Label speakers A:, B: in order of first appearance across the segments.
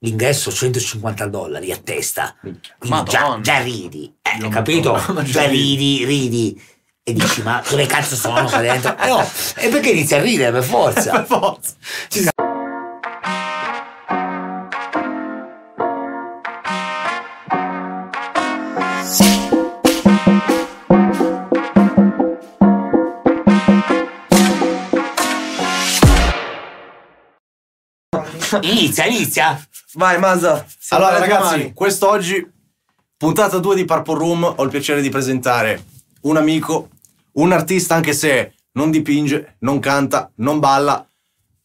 A: l'ingresso 150 dollari a testa. Quindi già,
B: Madonna.
A: già ridi, eh,
B: Dio
A: capito?
B: Madonna,
A: Già
B: già
A: ridi, ridi. E dici, ma dove cazzo sono qua dentro? Eh no, e perché inizi a ridere per forza?
B: Per forza. Ci siamo.
A: Inizia, inizia.
C: Vai, Mazza.
D: allora,
C: Siamo alle tue
D: ragazzi,
C: mani.
D: quest'oggi, puntata 2 di Purple Room, ho il piacere di presentare un amico, un artista, anche se non dipinge, non canta, non balla,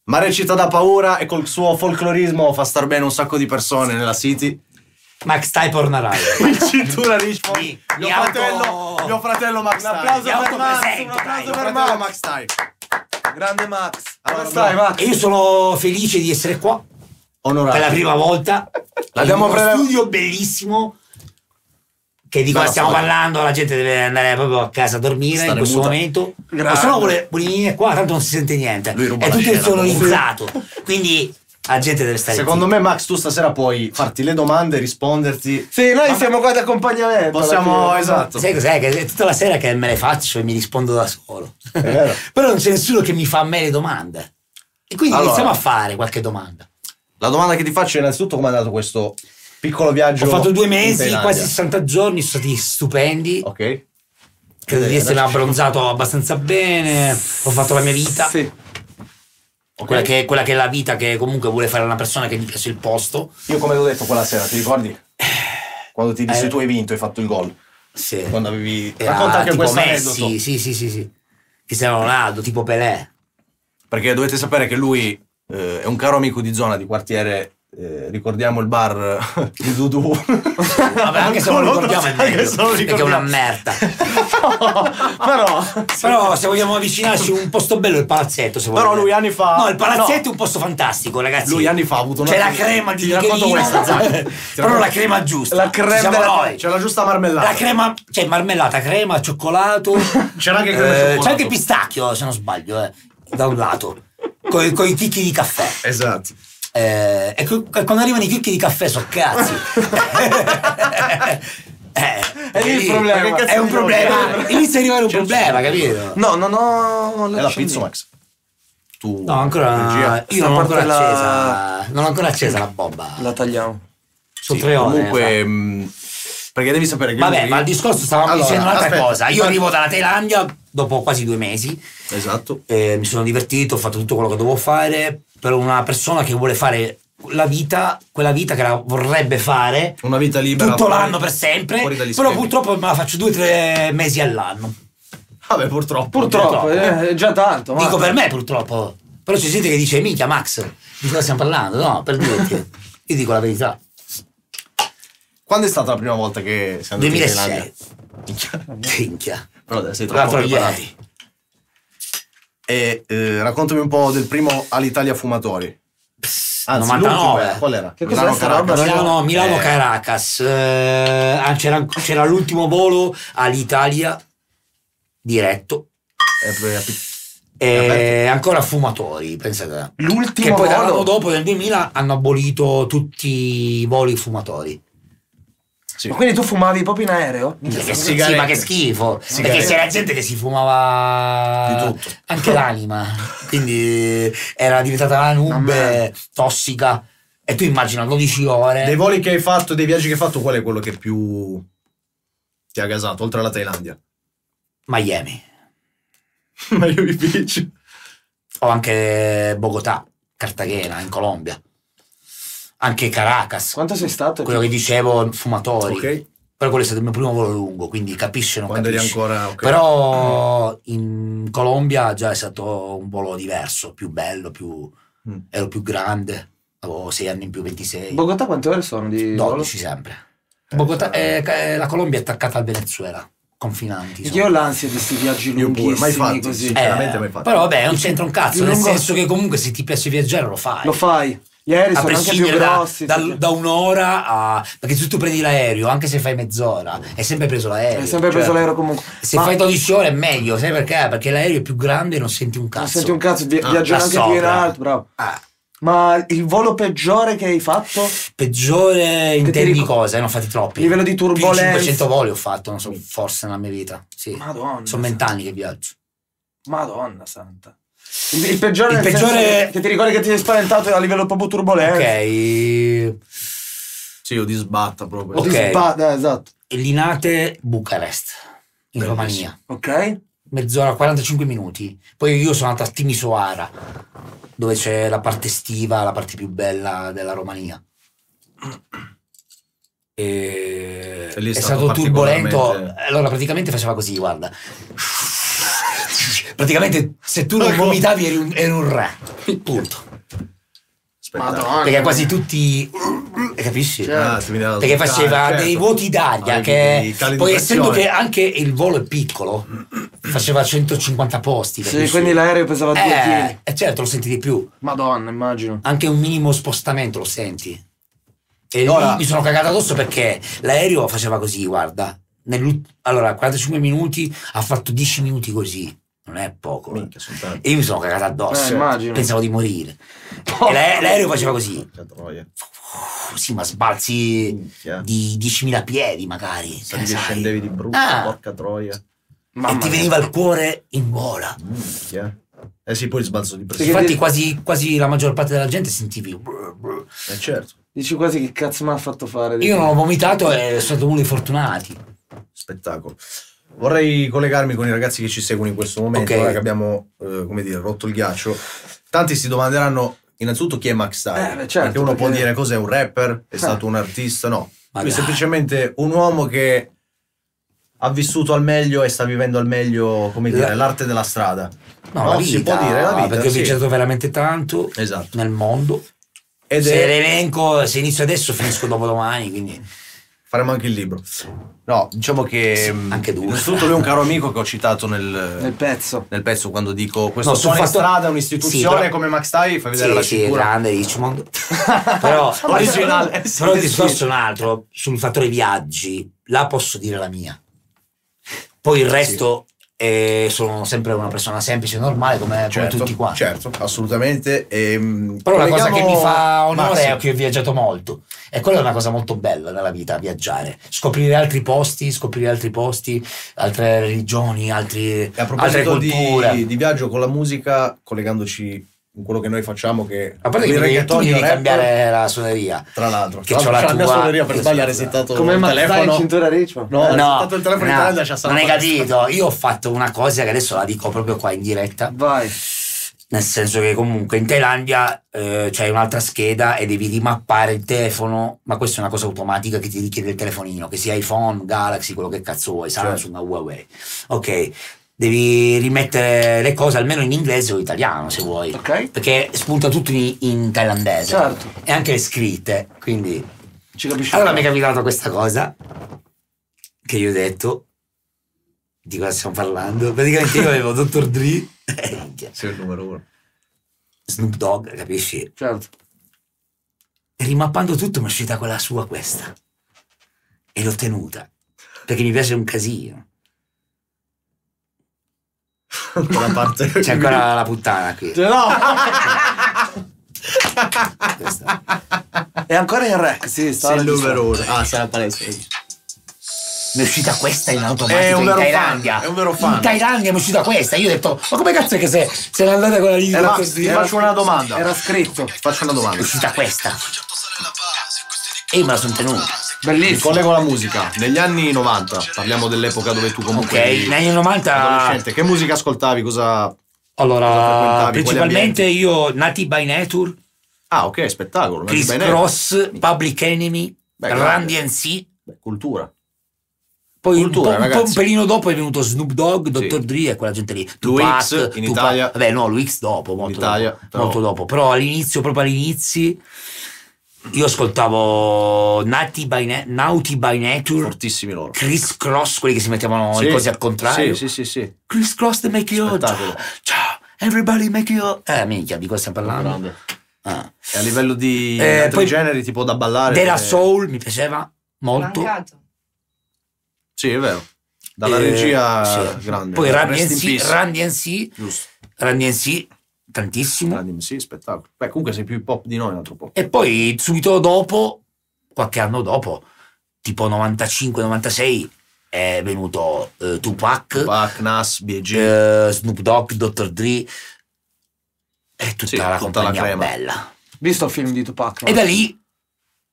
D: ma recita da paura e col suo folclorismo fa star bene un sacco di persone nella City.
A: Max, stai pornare.
D: Il cintura Richmond.
A: Mi-
D: Mio,
A: mi auto-
D: fratello, mio fratello Max.
C: Un
D: Type.
C: applauso
D: Mi
A: per Max,
D: autopresento,
A: un applauso
D: dai.
C: per
D: Mio fratello
C: Max.
D: Max Type.
C: Grande Max.
D: Allora,
C: Come stai,
D: allora.
C: Max?
A: E io sono felice di essere qua
D: Onorato.
A: per la prima volta.
D: L'abbiamo
A: in uno
D: prelev-
A: studio bellissimo. Che di qua
D: Bella
A: stiamo
D: foto.
A: parlando, la gente deve andare proprio a casa a dormire
D: Stare
A: in questo
D: muta. Ah.
A: momento. Ma
C: Grande.
A: se no vuole vuole venire qua, tanto non si sente niente.
D: Lui ruba
A: È
D: la
A: tutto
D: scena,
A: sonorizzato. Quindi la gente deve stare
D: Secondo
A: zitta.
D: me, Max, tu stasera puoi farti le domande, risponderti.
C: Sì, noi siamo qua d'accompagnamento. alla
D: Possiamo,
C: fine.
D: esatto.
A: Sai cos'è? Che è tutta la sera che me le faccio e mi rispondo da solo.
D: vero.
A: Però non c'è nessuno che mi fa a me le domande. E quindi
D: Allora.
A: iniziamo a fare qualche domanda.
D: La domanda che ti faccio è innanzitutto come è andato questo piccolo viaggio.
A: Ho fatto due
D: in
A: mesi,
D: Thailandia?
A: quasi 60 giorni, sono stati stupendi.
D: Ok.
A: Credo di
D: Eh,
A: essermi
D: adesso-
A: abbronzato abbastanza bene. Ho fatto la mia vita.
C: Sì.
D: ok.
A: Quella, che, quella che è la vita che comunque vuole fare una persona che gli piace il posto.
D: Io come l'ho detto quella sera, ti ricordi? Quando ti dissi
A: Eh.
D: tu hai vinto, hai fatto il gol.
A: Sì.
D: Quando avevi...
A: Era
D: Racconta anche
A: tipo
D: questo
A: Messi,
D: aneddoto.
A: sì, sì, sì, sì. Cristiano Ronaldo, tipo Pelé.
D: Perché dovete sapere che lui eh, è un caro amico di zona, di quartiere... eh, ricordiamo il bar di Dudu.
A: Vabbè, anche se non lo ricordiamo è meglio,
D: Anche se non lo
A: perché è una
D: ricordiamo.
A: merda.
D: Però,
A: Però se vogliamo avvicinarci un posto bello è il palazzetto, se
D: Però
A: volete.
D: lui anni fa-
A: No, il palazzetto
D: no.
A: è un posto fantastico, ragazzi.
D: lui anni fa ha avuto una...
A: C'è la crema di
D: Ti racconto
A: Michelino,
D: questa, Zacco. Ti
A: Però
D: racconto-
A: la crema giusta.
D: La
A: Ci
D: crema
A: siamo
D: della-
A: noi.
D: C'è la giusta marmellata.
A: La crema, cioè marmellata, crema, cioccolato.
D: C'era anche crema e
A: Eh,
D: cioccolato.
A: c'è anche pistacchio, se non sbaglio, eh, da un lato, con, i chicchi di caffè.
D: Esatto.
A: Eh, e co- quando arrivano i chicchi di caffè, so cazzi. Eh,
C: È lì il
A: sì,
C: problema.
A: perché È
C: Cazzo
A: un
C: di
A: problema.
C: problema.
A: Ah, Inizia a arrivare un
D: C'è un
A: problema,
D: problema.
A: capito?
C: No, no, no.
D: È la pizza Max. Tu
A: No, ancora.
D: regia.
A: Io non
C: Sta
A: ho ancora
C: parte la-
A: accesa. Non ho ancora accesa la bomba.
C: La tagliamo.
A: Sono
D: Sì,
A: tre ore. eh, esatto.
D: Comunque, mh, perché devi sapere che.
A: Vabbè,
D: lui-
A: ma il discorso stavamo
D: Allora,
A: dicendo un'altra
D: aspetta,
A: cosa. Io
D: ma-
A: arrivo dalla Thailandia dopo quasi due mesi.
D: Esatto.
A: eh, mi sono divertito, ho fatto tutto quello che dovevo fare. Per una persona che vuole fare la vita, quella vita che la vorrebbe fare
D: Una vita libera.
A: tutto
D: fuori-
A: l'anno per sempre.
D: Fuori dagli
A: Però
D: schemi.
A: purtroppo me la faccio due o tre mesi all'anno.
D: Vabbè, purtroppo.
C: Purtroppo,
A: Purtroppo.
C: eh, è già tanto.
A: Dico
C: Max.
A: per me purtroppo. Però c'è gente che dice, minchia Max, di cosa stiamo parlando? No, per dirti. Io dico la verità.
D: Quando è stata la prima volta che siamo andati in
A: 2006.
D: Thailandia? Minchia.
A: Minchia.
D: Però dai, sei troppo
A: L'altro
D: preparato.
A: ieri.
D: E eh, raccontami un po' del primo Alitalia Fumatori. Anzi,
A: 99.
D: l'ultimo, eh, Qual era?
C: Che cos'è sta roba?
D: Caracas.
A: Milano, Milano
D: Eh,
A: Caracas. Eh, ah, c'era, c'era l'ultimo volo all'Italia diretto.
D: eh, eh,
A: E ancora fumatori, pensate.
C: L'ultimo
A: Che poi
C: volo-
A: dall'anno dopo, nel 2000, hanno abolito tutti i voli fumatori.
D: sì.
C: Ma quindi tu fumavi proprio in aereo?
A: Che sì,
D: sigarette.
A: ma che schifo. Perché
D: Sigarette.
A: c'era gente che si fumava
D: Di tutto.
A: anche l'anima. Quindi era diventata la nube tossica. E tu immagina 12 ore.
D: Dei voli che hai fatto, dei viaggi che hai fatto, qual è quello che più ti ha gasato, oltre alla Thailandia?
A: Miami.
D: Ma io vi piace.
A: o anche Bogotà, Cartagena, in Colombia, anche Caracas,
C: Quanto sei stato?
A: quello che dicevo, fumatori.
D: Ok.
A: Però quello è stato il mio primo volo lungo, quindi capisci o non
D: Quando eri
A: capisci.
D: ancora. ok.
A: Però in Colombia già è stato un volo diverso, più bello, più...
D: Mm.
A: ero più grande, avevo 6 anni in più, 26,
C: Bogotà quante ore sono di volo?
A: 12 sempre. Bogotà, eh, eh, la Colombia è attaccata al Venezuela, confinanti.
C: Io
A: sono.
C: ho l'ansia di questi viaggi
D: Io pure,
C: lunghissimi
D: mai fatti,
C: così.
D: sì.
A: Eh,
D: veramente mai fatto.
A: però vabbè, non c'entra un cazzo,
C: Il
A: nel
C: lungo-
A: senso che comunque se ti piace viaggiare lo fai.
C: Lo fai. Gli aerei
A: a
C: sono anche più
A: prescindere da-
C: grossi.
A: da,
C: perché-
A: da un'ora a perché se tu prendi l'aereo anche se fai mezz'ora hai sempre preso l'aereo
C: Hai sempre preso
A: Cioè,
C: l'aereo comunque.
A: se
C: Ma
A: fai 12 ore è meglio sai perché perché l'aereo è più grande e non senti un
C: non
A: cazzo
C: senti un cazzo, vi-
D: Ah,
C: viaggiano
A: là
C: anche più in
A: sopra.
C: alto, bravo.
A: Ah,
C: Ma il volo peggiore che hai fatto?
A: Peggiore
C: ti
A: intendi
C: ricor-
A: cosa? Ne ho eh, fatti troppi.
C: Livello di turbolenza.
A: Più di 500 voli ho fatto, non so, forse nella mia vita. Sì.
C: Madonna.
A: Sono vent'anni che viaggio.
C: Madonna santa. Il, il peggiore,
A: Il
C: nel senso
A: peggiore-
C: che ti ricordi che ti sei spaventato a livello proprio turbolento.
A: Ok.
D: Sì, io di sbatta proprio.
A: Ok.
C: Ti spada, esatto.
A: Linate Bucarest, in
D: Bellissimo.
A: Romania.
C: Ok?
A: mezz'ora, 45 minuti. Poi io sono andato a Timisoara, dove c'è la parte estiva, la parte più bella della Romania. E
D: E lì
A: è,
D: è stato
A: stato, turbolento.
D: particolarmente-
A: Allora, praticamente faceva così, guarda. Praticamente, se tu non
D: Ecco.
A: vomitavi, eri un, eri un re. Punto.
D: Aspetta.
A: Perché quasi tutti. eh, Capisci?
C: Certo.
D: Ah, ti veniva da
A: Perché
D: toccare,
A: faceva
D: certo.
A: dei voti d'aria
D: Ah, dei
A: che
D: cali di
A: poi essendo che
D: pressione.
A: anche il volo è piccolo faceva 150 posti
C: Sì,
A: capisci?
C: quindi l'aereo pesava due
A: eh,
C: kg.
A: eh, certo lo senti di più
C: Madonna, immagino.
A: anche un minimo spostamento lo senti e
D: Ora-
A: lì mi sono cagato addosso perché l'aereo faceva così guarda Nell'ult- allora 45 minuti ha fatto 10 minuti così non è poco eh.
D: Minchia, sono tanti.
A: e io mi sono cagato addosso
C: Eh, immagino. Oh.
A: pensavo di morire e l'a- l'aereo faceva così
D: Porca troia.
A: Eh, sì ma sbalzi
D: Minchia.
A: di 10.000 piedi magari che
D: Sali
A: ne
D: che
A: sai.
D: scendevi di brutto,
A: Ah.
D: porca troia.
A: e
C: Mamma
A: ti
C: mia.
A: veniva il cuore in gola
D: Minchia. Eh sì, poi il sbalzo di pressione.
A: infatti
C: devi-
A: quasi, quasi la maggior parte della gente sentivi brr, brr.
D: Eh certo.
C: Dici quasi che cazzo mi ha fatto fare.
A: io non ho vomitato e sono stato uno dei fortunati
D: spettacolo. Vorrei collegarmi con i ragazzi che ci seguono in questo momento,
A: Ok.
D: ora che abbiamo, eh, come dire, rotto il ghiaccio. Tanti si domanderanno innanzitutto chi è Max Style.
C: Eh, beh, certo,
D: perché uno può
C: perché-
D: dire cos'è un rapper, è
C: Eh.
D: stato un artista, no.
A: Ma
D: Lui è
A: dai.
D: semplicemente un uomo che ha vissuto al meglio e sta vivendo al meglio, come dire,
A: La-
D: l'arte della strada.
A: no,
D: No,
A: la
D: si
A: vita,
D: può dire, la vita,
A: perché ho
D: sì.
A: viaggiato veramente tanto
D: Esatto.
A: nel mondo
D: Ed
A: se
D: è-
A: l'elenco se inizio adesso finisco dopodomani quindi
D: Faremo anche il libro. No, diciamo che...
A: Sì,
D: mh,
A: anche due.
D: Innanzitutto lui è un caro amico che ho citato nel,
C: Nel pezzo.
D: nel pezzo quando dico questo
A: No,
D: suono
A: sul
D: in
A: fatto-
D: strada è un'istituzione
A: Sì, però-
D: come Max Tai fai vedere
A: sì,
D: la
A: sì, esatto,
D: figura
A: grande Richmond però
D: Originale.
A: però-
D: Sì,
A: però il
D: sì.
A: discorso è un altro sul fattore viaggi là posso dire la mia poi il resto eh, sono sempre una persona semplice normale come, come tutti qua
D: certo assolutamente Ehm,
A: però la cosa che
D: colleghiamo-
A: mi fa onore
D: Massimo.
A: è che ho viaggiato molto e quella è una cosa molto bella nella vita viaggiare scoprire altri posti scoprire altri posti altre religioni altri-
D: E a
A: altre
D: proposito
A: culture
D: di, di viaggio con la musica collegandoci con quello che noi facciamo che
A: a parte
D: il
A: che tu
D: reggaeton, il
A: devi
D: rap,
A: cambiare la suoneria
D: tra l'altro
A: che
D: Tra
A: c'ho la
D: l'altro, c'è mia
A: tua-
D: suoneria per
A: io
D: sbaglio ha
A: sono-
D: resettato
C: Come
D: il
C: Max Dai in
D: telefono
C: cintura riccio.
D: No, ha resettato il telefono in
A: no,
D: Italia, c'ha sta
A: non hai
D: la palestra.
A: capito. Io ho fatto una cosa che adesso la dico proprio qua in diretta.
C: Vai.
A: Nel senso che comunque in Thailandia eh, c'hai un'altra scheda e devi rimappare il telefono, ma questa è una cosa automatica che ti richiede il telefonino, che sia iPhone, Galaxy, quello che cazzo vuoi, Samsung,
D: Certo.
A: Huawei. Ok, devi rimettere le cose almeno in inglese o italiano se vuoi,
C: Ok?
A: perché spunta tutto in, in thailandese
C: Certo.
A: e anche le scritte, quindi
C: Ci capisci.
A: allora mi è capitata questa cosa che io ho detto di cosa stiamo parlando. Praticamente io avevo Dr. Dre,
D: sei il numero uno
A: Snoop Dogg, capisci?
C: Certo.
A: E rimappando tutto mi è uscita quella sua questa. E l'ho tenuta. Perché mi piace un casino.
D: la parte
A: C'è ancora la puttana qui.
D: Cioè,
A: Questa.
C: È ancora in rec, sì, sta
D: sei il
C: registrando.
D: numero uno ah sarà palestra
A: Mi è uscita questa in automatico
D: È un
A: in
D: vero fan,
A: Thailandia.
D: è un vero fan.
A: In Thailandia mi è uscita questa. Io ho detto, ma come cazzo è che se, se n'è andata quella lì di
D: Era-
A: Dr.
D: ti
A: Dre?
D: faccio una domanda
C: Era scritto.
D: ti faccio una
A: È
D: domanda
A: uscita questa. E io me Eh, la sono tenuta.
D: Mi
C: Bellissimo.
D: collego alla musica. Negli anni 90, parliamo dell'epoca dove tu
A: Ok,
D: comunque
A: negli anni 90
D: adolescente, che musica ascoltavi? Cosa Cosa
A: Allora,
D: frequentavi?
A: principalmente io Nati by Nature,
D: Ah, ok, spettacolo, Mandy
A: Chris
D: Bennett.
A: Cross, Public Enemy,
D: Beh,
A: Randy
D: grande.
A: NC.
D: Beh, cultura.
A: Poi un
D: Cultura,
A: po'- un, po',
D: ragazzi.
A: un pelino dopo è venuto Snoop Dogg, Dr.
D: Sì.
A: Dre e quella gente lì.
D: X in Italia.
A: Vabbè, no, Luix dopo, molto,
D: Italia,
A: dopo,
D: però.
A: molto dopo. Però all'inizio, proprio all'inizio, io ascoltavo Nati by Na- Naughty by Nature,
D: Fortissimi loro.
A: Chris Cross, quelli che si mettevano
D: Sì.
A: le cose al contrario.
D: Sì, sì, sì, sì.
A: Chris Cross, the make you
D: Spettacolo.
A: ciao, ciao, everybody make you Eh, minchia, di cosa stiamo parlando?
D: Grande.
A: Ah.
D: E a livello di
A: Eh,
D: altri
A: poi-
D: generi, tipo da ballare.
A: Della
D: eh,
A: Soul mi piaceva molto.
B: Mancato.
D: Sì, è vero. Dalla
A: Eh,
D: regia
A: sì.
D: grande.
A: Poi Randy
D: Rest in
A: NC,
D: peace.
A: Randy NC,
D: Giusto.
A: Randy NC tantissimo.
D: Grandi, sì, spettacolo. Beh, comunque sei più hip hop di noi un altro po'.
A: E poi subito dopo, qualche anno dopo, tipo 95-96, è venuto eh, Tupac,
D: Pac, Nas, BG.
A: eh, Snoop Dogg, Dr. Dre e tutta
D: Sì,
A: la
D: tutta la
A: compagnia
D: crema.
A: bella.
C: Visto il film di Tupac? no?
A: E da lì,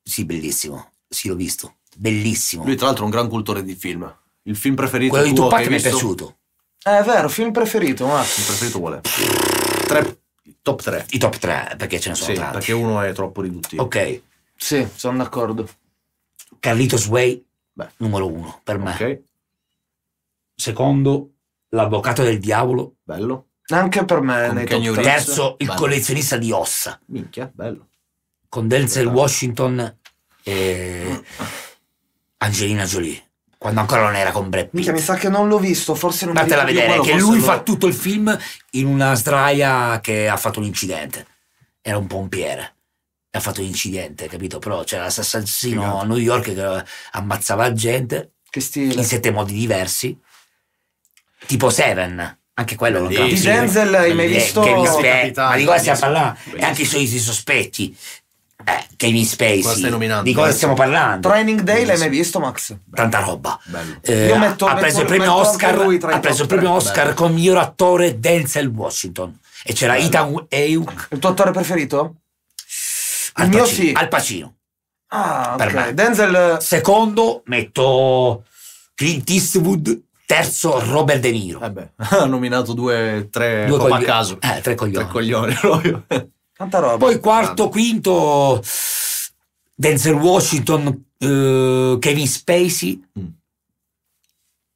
A: sì, bellissimo, sì, l'ho visto, bellissimo.
D: Lui, tra l'altro, è un gran cultore di film. Il film preferito
A: Quello di
D: tuo che
A: Tupac
D: hai
A: mi è
D: visto?
A: piaciuto,
C: Eh, è vero, film preferito, ma
D: Il preferito qual è? Tre, top 3.
A: i top 3 perché ce ne sono
D: Sì,
A: tanti.
D: perché uno è troppo riduttivo.
A: Ok,
C: sì, sono d'accordo.
A: Carlitos Way,
D: Beh.
A: numero uno per me.
D: Ok,
A: Secondo, L'avvocato del diavolo.
D: bello.
C: Anche per me
D: Con
C: nei
D: Keanu
C: top tre.
D: Reeves.
A: Terzo, Il
D: Bello.
A: collezionista di ossa,
D: Minchia, bello.
A: con Denzel
D: Esatto.
A: Washington e Angelina Jolie, quando ancora non era con Brad Pitt.
C: Minchia, mi sa che non l'ho visto, forse non mi
A: Andatela a
C: ricordo
A: vedere,
C: quello,
A: che
C: forse
A: lui
C: lo-
A: fa tutto il film in una sdraia che ha fatto un incidente. Era un pompiere. Ha fatto un incidente, capito? Però c'era l'assassino
D: Figata.
A: a New York che ammazzava la gente
C: Che
A: in
C: stile.
A: sette modi diversi. Tipo Seven, anche quello. non
D: Bellissimo.
C: Di
A: capisco.
C: Denzel hai mai
A: Eh,
C: visto...
A: Kevin
D: Capitano,
A: Spacey, ma di cosa stiamo
D: bellissimo.
A: parlando? E
D: Bellissimo.
A: anche i suoi i sospetti. Eh, Kevin Spacey.
D: Cosa stai nominando?
A: Di cosa stiamo parlando?
C: Training Day l'hai mai visto, Max?
A: Tanta roba.
D: Bello.
A: Eh,
C: Io metto-
A: ha preso
C: metto-
A: il premio
C: metto anche
A: Oscar,
C: lui tra i
A: ha preso il
C: top
A: premio
C: tre.
A: Oscar
D: Bello.
A: con miglior attore Denzel Washington e c'era
D: Bello.
A: Ethan Hawke eh,
C: Il tuo attore preferito?
A: al,
C: Il mio
A: Pacino-
C: sì.
A: al Pacino.
C: Ah,
A: Per
C: ok.
A: me.
C: Denzel...
A: Secondo metto Clint Eastwood, terzo Robert De Niro.
D: Eh beh, ha nominato due, tre
A: Due
D: proprio
A: cogli-
D: a caso.
A: eh, tre coglioni.
D: Tre coglioni proprio.
C: Tanta roba.
A: Poi quarto, quinto Denzel Washington, eh, Kevin Spacey.
D: Mm.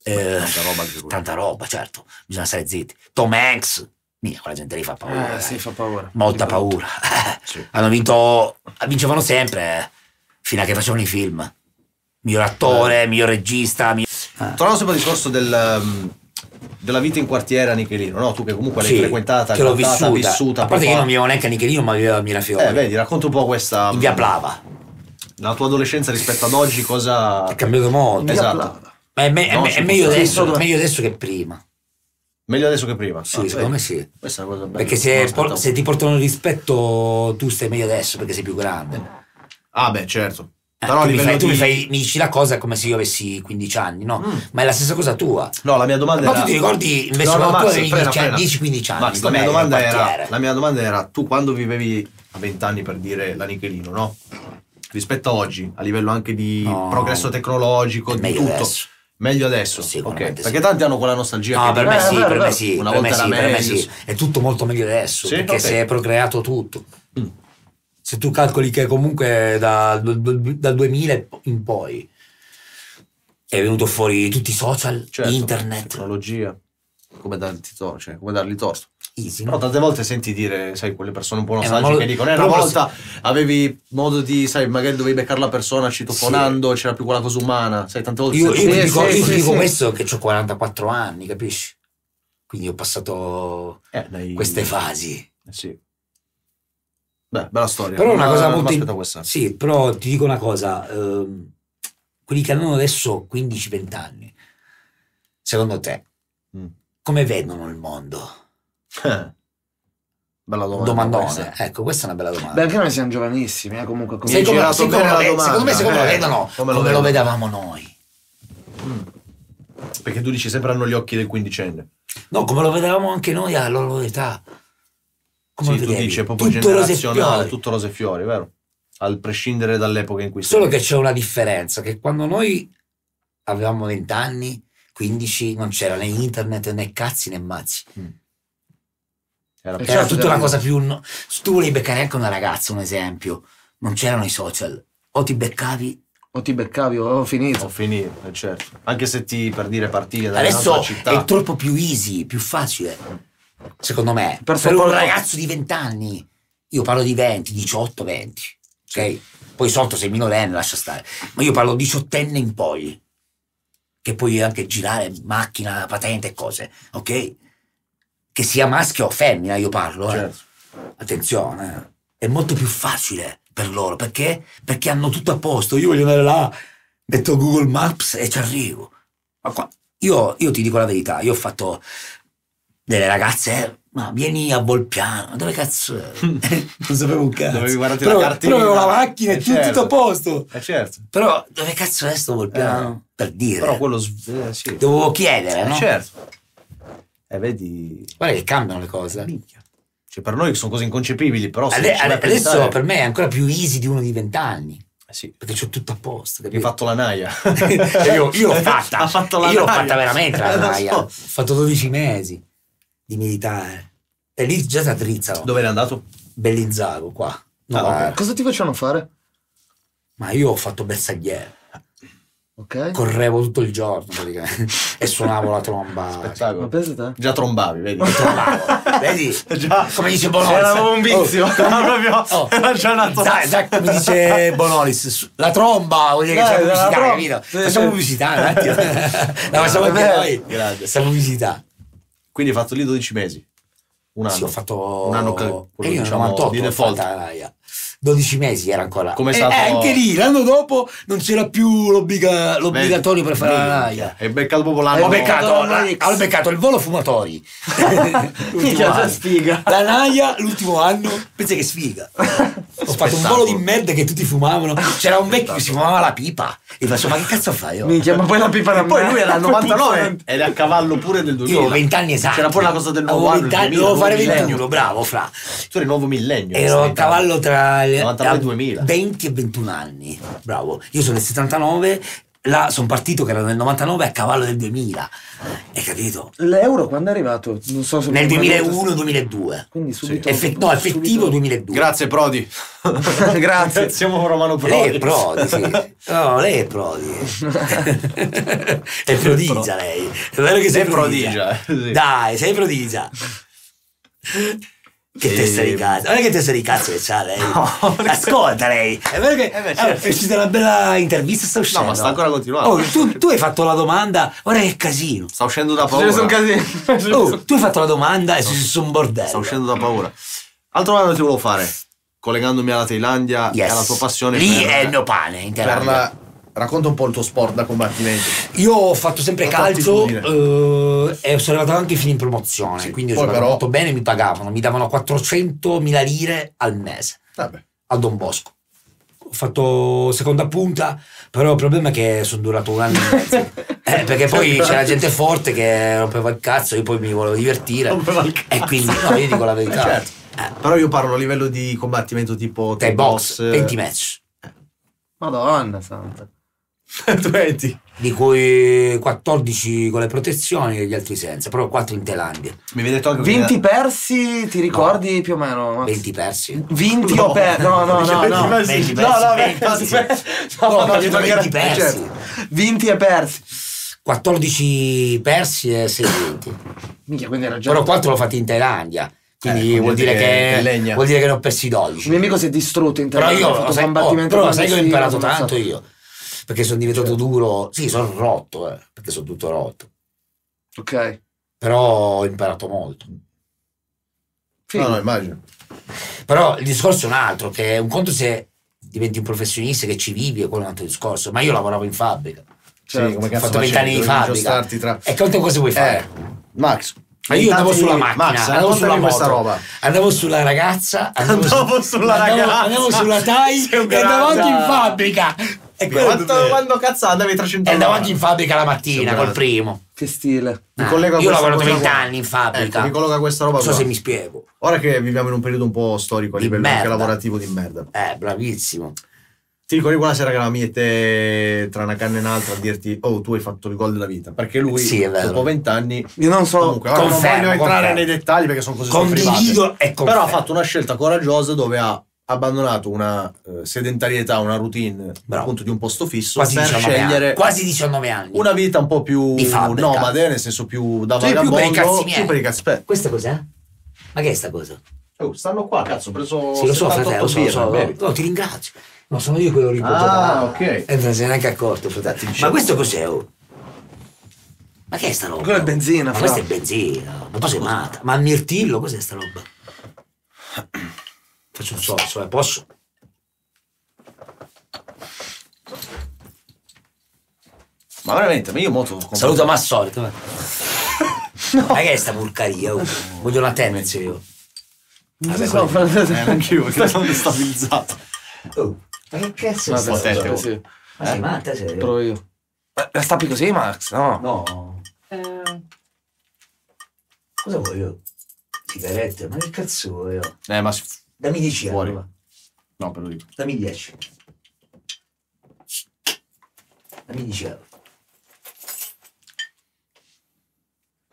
A: Eh,
D: Tanta roba anche lui.
A: tanta roba, certo, bisogna stare zitti. Tom Hanks, mia, quella gente lì fa paura.
C: Eh,
A: eh.
C: sì, fa paura.
A: molta
C: Di
A: paura.
D: Sì.
A: Hanno vinto, vincevano sempre eh, fino a che facevano i film. Miglior
D: Eh.
A: attore, miglior regista, miglior...
D: Tornando sempre al discorso del, ehm, della vita in quartiere a Nichelino, no? Tu che comunque l'hai
A: Sì,
D: frequentata,
A: che l'ho
D: guardata,
A: vissuta.
D: vissuta.
A: a parte che io
D: papà.
A: non mi avevo neanche a Nichelino, ma vivevo a Mirafiori.
D: Eh, vedi, racconta un po' questa...
A: in via Plava.
D: La tua adolescenza rispetto ad oggi cosa...
A: È cambiato molto.
D: Esatto.
C: Plava.
A: Ma è, me- è
D: No,
A: me-
D: sì,
A: è meglio,
D: sì,
A: adesso,
C: sì.
A: meglio adesso che prima.
D: Meglio adesso che prima.
A: Sì,
D: Ah,
A: secondo
D: vedi?
A: me sì.
D: Questa è una cosa bella.
A: Perché
D: Non
A: se, por-
D: aspettavo.
A: se ti portano il rispetto, tu stai meglio adesso perché sei più grande.
D: Ah beh, certo.
A: Eh,
D: Però a
A: tu mi,
D: livello
A: fai- tu
D: di-
A: mi fai- mi dici la cosa come se io avessi 15 anni, no?
D: Mm.
A: Ma è la stessa cosa tua.
D: No, la mia domanda
A: Ma
D: era...
A: tu ti ricordi invece
D: No, no,
A: quando tu
D: Max,
A: avevi
D: frena,
A: 10 anni,
D: frena.
A: 10-15 anni?
D: Max, la
A: com'era
D: mia,
A: il
D: domanda
A: quartiere?
D: era, la mia domanda era, tu quando vivevi a 20 anni per dire la Nichelino, no? Rispetto a oggi, a livello anche di
A: No.
D: progresso tecnologico,
A: È
D: di
A: meglio
D: tutto,
A: adesso.
D: meglio adesso.
A: Sì,
D: ok.
A: sicuramente sì.
D: Perché tanti hanno quella nostalgia.
A: No,
D: che
A: Ah, per
D: dicono,
A: me
D: "Eh,
A: sì,
D: vero,
A: per me
D: vero,
A: sì,
D: Una
A: per me
D: volta
A: sì,
D: era
A: per me
D: meglio,
A: sì. È tutto molto meglio adesso,
D: Sì?
A: perché
D: Ok.
A: si è procreato tutto.
D: Mm.
A: Se tu calcoli che comunque da- dal 2000 in poi è venuto fuori tutti i social,
D: Certo,
A: internet,
D: Tecnologia. Come darti torto, cioè, come dargli torto.
A: easy.
D: Però tante volte senti dire, sai, quelle persone un po'
A: Eh, ma
D: nostalgiche
A: mo-
D: che dicono, eh, una
A: però lo-
D: volta avevi modo di, sai, magari dovevi beccare la persona citofonando, c'era più quella cosa umana, sai, tante volte "Eh,
A: Io, io
D: sento-
A: ti
C: Sì,
A: dico,
C: sì,
A: io ti
C: sì,
A: dico
C: sì.
A: questo che ho 44 anni, capisci? Quindi ho passato
D: Eh, dai-
A: queste fasi.
D: Eh, sì. Beh, bella storia.
A: Però una
D: Ma-
A: cosa
D: ma
A: molto.
D: aspetta questa.
A: Sì, però ti dico una cosa: ehm, quelli che hanno adesso 15-20 anni, secondo te,
D: Mm.
A: come vedono il mondo?
D: bella domanda.
A: Domandone.
D: questa.
A: Ecco, questa è una bella domanda.
C: Beh, anche noi siamo giovanissimi, eh, comunque. come-
D: Sì,
A: Secondo,
D: girato
A: secondo
D: bene
A: lo
D: la
A: ve-
D: domanda,
A: secondo me, secondo lo
D: eh.
A: vedono
D: Come
A: come,
D: lo
A: lo
D: vedono?
A: vedevamo noi.
D: Perché tu dici sempre hanno gli occhi del quindicenne.
A: No, come lo vedevamo anche noi alla loro età. Come
D: Sì,
A: lo
D: tu
A: vedevi?
D: dici è proprio
A: Tutto rose e
D: generazionale,
A: fiori.
D: tutto rose e fiori, vero? Al prescindere dall'epoca in cui
A: Solo
D: sei.
A: che c'è una differenza, che quando noi avevamo 20 anni, 15, non c'era né internet né cazzi né mazzi.
D: Eh, era
A: Era
C: Eh, certo,
A: tutta una
C: certo.
A: cosa più... no- Se tu volevi beccare anche una ragazza, un esempio, non c'erano i social. O ti beccavi...
C: O ti beccavi o ho
D: Ho
C: finito.
D: finito, eh, certo. Anche se ti per dire partire da
A: Adesso
D: un'altra città.
A: è troppo più easy, più facile, secondo me.
C: Per
A: Per,
C: favore.
A: un ragazzo di 20 anni, io parlo di 20, 18, 20, ok? Poi sotto sei minorenne, lascia stare. Ma io parlo diciottenne in poi, che puoi anche girare macchina, patente e cose, ok? Che sia maschio o femmina, io parlo, eh.
D: Certo.
A: Attenzione, eh. è molto più facile per loro perché? Perché hanno tutto a posto. Io voglio andare là, metto Google Maps e ci arrivo. Ma qua- io, io ti dico la verità: io ho fatto delle ragazze, eh, ma vieni a Volpiano, dove cazzo è? non sapevo un cazzo.
D: Dovevi guardarti
A: però,
D: la cartina.
A: Però avevo la macchina,
D: Eh,
A: e tutto,
D: certo.
A: tutto a posto. Eh,
D: Eh certo.
A: Però dove cazzo è sto Volpiano? per dire.
D: Però quello... s- eh, sì.
A: Dovevo chiedere,
D: Eh,
A: no?
D: certo. Eh, vedi...
A: Guarda che cambiano le cose.
D: Minchia. Cioè, per noi sono cose inconcepibili, però... se
A: Ale-
D: ci vai a
A: adesso
D: pensare-
A: per me è ancora più easy di uno di vent'anni,
D: Eh, Sì.
A: perché c'ho tutto a posto.
D: Hai
A: capito?
D: fatto la naia.
A: io, io l'ho fatta.
D: Ha fatto la
A: io l'ho
D: naia.
A: fatta veramente la
D: Eh, lo
A: naia. Ho
D: so.
A: fatto 12 mesi di militare. E lì già si addrizzano.
D: Dove eri andato?
A: Bellinzago qua. No,
D: Ah,
A: vabbè.
D: ok.
C: Cosa ti facevano fare?
A: Ma io ho fatto bersagliere.
C: Ok?
A: Correvo tutto il giorno praticamente. e suonavo la tromba.
C: Ma
D: Spettacolo.
C: pensa te?
D: Già trombavi, vedi?
A: Trombavo. Vedi?
D: Già.
A: Come dice Bonozza.
D: Era proprio un vizio.
A: Oh.
D: Era proprio-
A: Oh.
D: era già una to-
A: Dai, dai, come dice Bonolis, su- la tromba vuol dire che
D: Eh,
A: facciamo
C: Dai, la
A: pubblicità,
C: tromba.
A: capito?
C: Sì,
A: Facciamo
C: sì.
A: pubblicità un attimo. La facciamo
C: È
A: anche
C: vero.
A: noi.
D: Grande.
A: Facciamo pubblicità.
D: Quindi hai fatto lì 12 mesi. Un anno.
A: Sì, ho fatto
D: un anno cal-
A: e
D: quello,
A: io nel
D: diciamo,
A: 98
D: di
A: ho
D: default.
A: fatta la Laia. 12 mesi era ancora.
D: Come è
A: e
D: stato-
A: anche lì, l'anno dopo non c'era più l'obbliga- l'obbligatorio per fare la Laia.
D: E beccato proprio l'anno.
A: Ho beccato,
C: Madonna,
A: la-
C: X.
A: ho beccato il volo fumatori.
C: Minchia,
A: L'ultimo
C: già
A: anno.
C: sfiga.
A: La Naia l'ultimo anno, pensa che sfiga. Ho fatto un volo di merda che tutti fumavano. C'era un vecchio che si fumava la pipa. E faccio, ma che cazzo fai? oh?" Io,
C: Minchia, ma poi la pipa da
D: E poi lui era al
C: al
D: 99 ed è a cavallo pure del 2000.
A: io ho 20 anni esatti.
D: C'era pure la cosa del nuovo
A: Avevo
D: anno.
A: 20 anni,
D: il 2000,
A: dovevo fare
D: nuovo
A: 21,
D: millennio.
A: bravo, fra.
D: Tu eri nuovo millennio.
A: Ero a
D: stavi
A: cavallo tra il
D: 99 e
A: tra
D: 2000.
A: 20 e 21 anni, bravo. Io sono del 79, là sono partito che era nel 99 a cavallo del 2000, hai capito?
C: L'euro quando è arrivato? Non so se
A: Nel 2001-2002.
C: Quindi subito.
A: Effe- no, effettivo 2002.
D: Grazie Prodi.
C: Grazie.
D: Siamo Romano Prodi.
A: Lei è Eh, Prodi, sì. No, lei è Prodi. è prodigia lei. È vero che sei
D: È prodigia, sì.
A: Dai, sei prodigia. Che
D: E-
A: testa di cazzo. Guarda che testa di cazzo che c'ha lei. Ascolta lei. È vero che
D: Eh beh,
A: eh,
D: certo.
A: è uscita una bella intervista, sta uscendo.
D: ma sta ancora continuando.
A: Oh, tu, tu hai fatto la domanda, ora che casino.
D: Sta uscendo da
C: Ce
D: paura.
C: ne sono casini.
A: Oh, tu hai fatto la domanda e è successo un bordello.
D: Sta uscendo da paura. Altra domanda ti volevo fare, collegandomi alla Thailandia e
A: Yes.
D: alla tua passione
A: Lì
D: per-
A: è il mio pane, in
D: per
A: Thailandia.
D: la- Racconta un po' il tuo sport da combattimento.
A: Io ho fatto sempre
D: Non
A: calcio
D: tanti
A: eh, e sono arrivato anche fino in promozione,
D: Sì,
A: quindi ho
D: poi
A: giocato
D: però-
A: molto bene, mi pagavano, mi davano 400.000 lire al mese
D: Vabbè.
A: a Don Bosco. Ho fatto seconda punta, però il problema è che sono durato un anno e mezzo. Eh, perché poi c'era gente forte che rompeva il cazzo, io poi mi volevo divertire.
D: Rompeva il cazzo.
A: E quindi, no, io dico la verità.
D: Certo.
A: Eh,
D: Però io parlo a livello di combattimento tipo
A: Thai
D: Thai
A: box,
D: eh,
A: 20 match,
C: Madonna santa.
D: 20.
A: di cui 14 con le protezioni e gli altri senza, però 4 in Thailandia,
D: Mi viene detto anche
C: 20 persi, ti ricordi più o meno? Max?
A: 20 persi.
C: 20 o persi? No, no, no, no.
A: persi. 20 persi,
C: no,
A: 20
C: persi.
A: persi.
C: No,
A: No,
C: no,
A: perché
C: perché
A: venti
C: era-
A: persi.
C: certo. 20 e persi.
A: 14 persi e 6 vinti.
C: Minchia, quindi era già.
A: Però 4 l'ho fatti in Thailandia. Quindi
D: Eh,
A: vuol, dire che,
D: in legna.
A: vuol dire che ne ho persi 12.
C: Il mio amico si è distrutto in
A: però
C: terra.
A: io
C: ha fatto
A: sai, oh,
C: combattimento
A: però
C: con
A: sai che ho
C: Messina,
A: imparato
C: non so.
A: tanto io. Perché sono diventato duro. Sì, sono rotto, eh, perché sono tutto rotto.
C: Ok.
A: Però ho imparato molto.
C: Figo.
D: immagino.
A: Però il discorso è un altro, che un conto se diventi un professionista che ci vivi, e quello è un altro discorso. Ma io lavoravo in fabbrica.
C: Certo.
D: Sì, come cazzo
A: Ho fatto
D: facevi?
A: 20 anni di
D: Dovevi
A: fabbrica.
D: aggiustarti tra-
A: E quante cose vuoi fare?
D: Max.
A: Ma Ah, Eh, io andavo
D: Intanto-
A: sulla macchina,
D: Max,
A: andavo sulla
D: raccontami
A: moto,
D: questa roba.
A: andavo sulla ragazza,
D: Andavo sulla
A: andavo-
D: ragazza.
A: andavo sulla TAI
D: Sei un
A: e andavo
D: grande.
A: anche in fabbrica. E quello è
D: Quanto,
A: vero.
D: quando cazzo andavi
A: E
D: 300
A: andavo
D: all'ora?
A: anche in fabbrica la
D: Sei un
A: mattina
D: grande.
A: col primo. Ah,
C: Che stile.
D: Mi collego a
A: io ho
D: questa
A: lavorato
D: cosa
A: 20
D: qua.
A: anni in fabbrica.
D: Ecco, mi collego a questa roba
A: Non so
D: qua.
A: se mi spiego.
D: Ora che viviamo in un periodo un po' storico a
A: Di
D: livello anche
A: merda.
D: lavorativo di merda.
A: Eh, bravissimo.
D: Ti ricordi quella sera che la miete tra una canna e un'altra a dirti oh tu hai fatto il gol della vita perché lui
A: Sì, è vero.
D: dopo vent'anni
C: Io non so.
D: comunque ora non
A: Confermo,
D: voglio entrare
A: confermo.
D: nei dettagli perché sono cose private
A: Condivido e
D: però ha
A: confermo.
D: fatto una scelta coraggiosa dove ha abbandonato una eh, sedentarietà una routine
A: Bravo.
D: appunto di un posto fisso
A: quasi
D: per
A: 19
D: scegliere
A: anni. Quasi 19 anni.
D: una vita un po' più
A: Di fabbrica.
D: nomade nel senso più da
A: Cioè, più per i
D: vagabondo
A: cazzi miei.
D: più per i cazzi beh,
A: Questa cos'è? Ma che è sta cosa?
D: oh, stanno qua cazzo ho preso
A: Sì, lo so,
D: 78
A: fratello, lo so, lo
D: birre,
A: so.
D: bevi.
A: No, ti ringrazio. Ma sono io quello rincogliato.
D: Ah, ok.
A: E Eh, non se n'è neanche accorto, fratello.
D: Infatti,
A: Ma
D: dicevo-
A: questo cos'è? oh? Ma che è sta roba?
C: Quella è benzina,
A: Ma
C: fra.
A: questa è benzina, una cosa è matta. Ma a mirtillo cos'è sta roba? Faccio un sorso, eh, posso?
D: ma veramente ma io moto
A: Saluto Massoli. com'è? eh. Ma che è sta porcaria? oh? Voglio una tendenza io.
C: Non
A: Vabbè,
C: so,
A: quello-
D: Eh, anch'io, perché sono destabilizzato.
A: Oh, ma che cazzo è
C: Vabbè,
A: sta?
D: potente,
C: vabbè,
D: oh.
C: sì.
A: Ma sei matta, serio?
C: Provo io. Ma La stappi così, Max? No.
A: No. Eh, Cosa voglio? Sigarette? Ma che cazzo voglio?
D: Eh, ma si-
A: Dammi 10
D: Fuori.
A: allora.
D: no, però dico.
A: Dammi 10. Dammi 10 euro.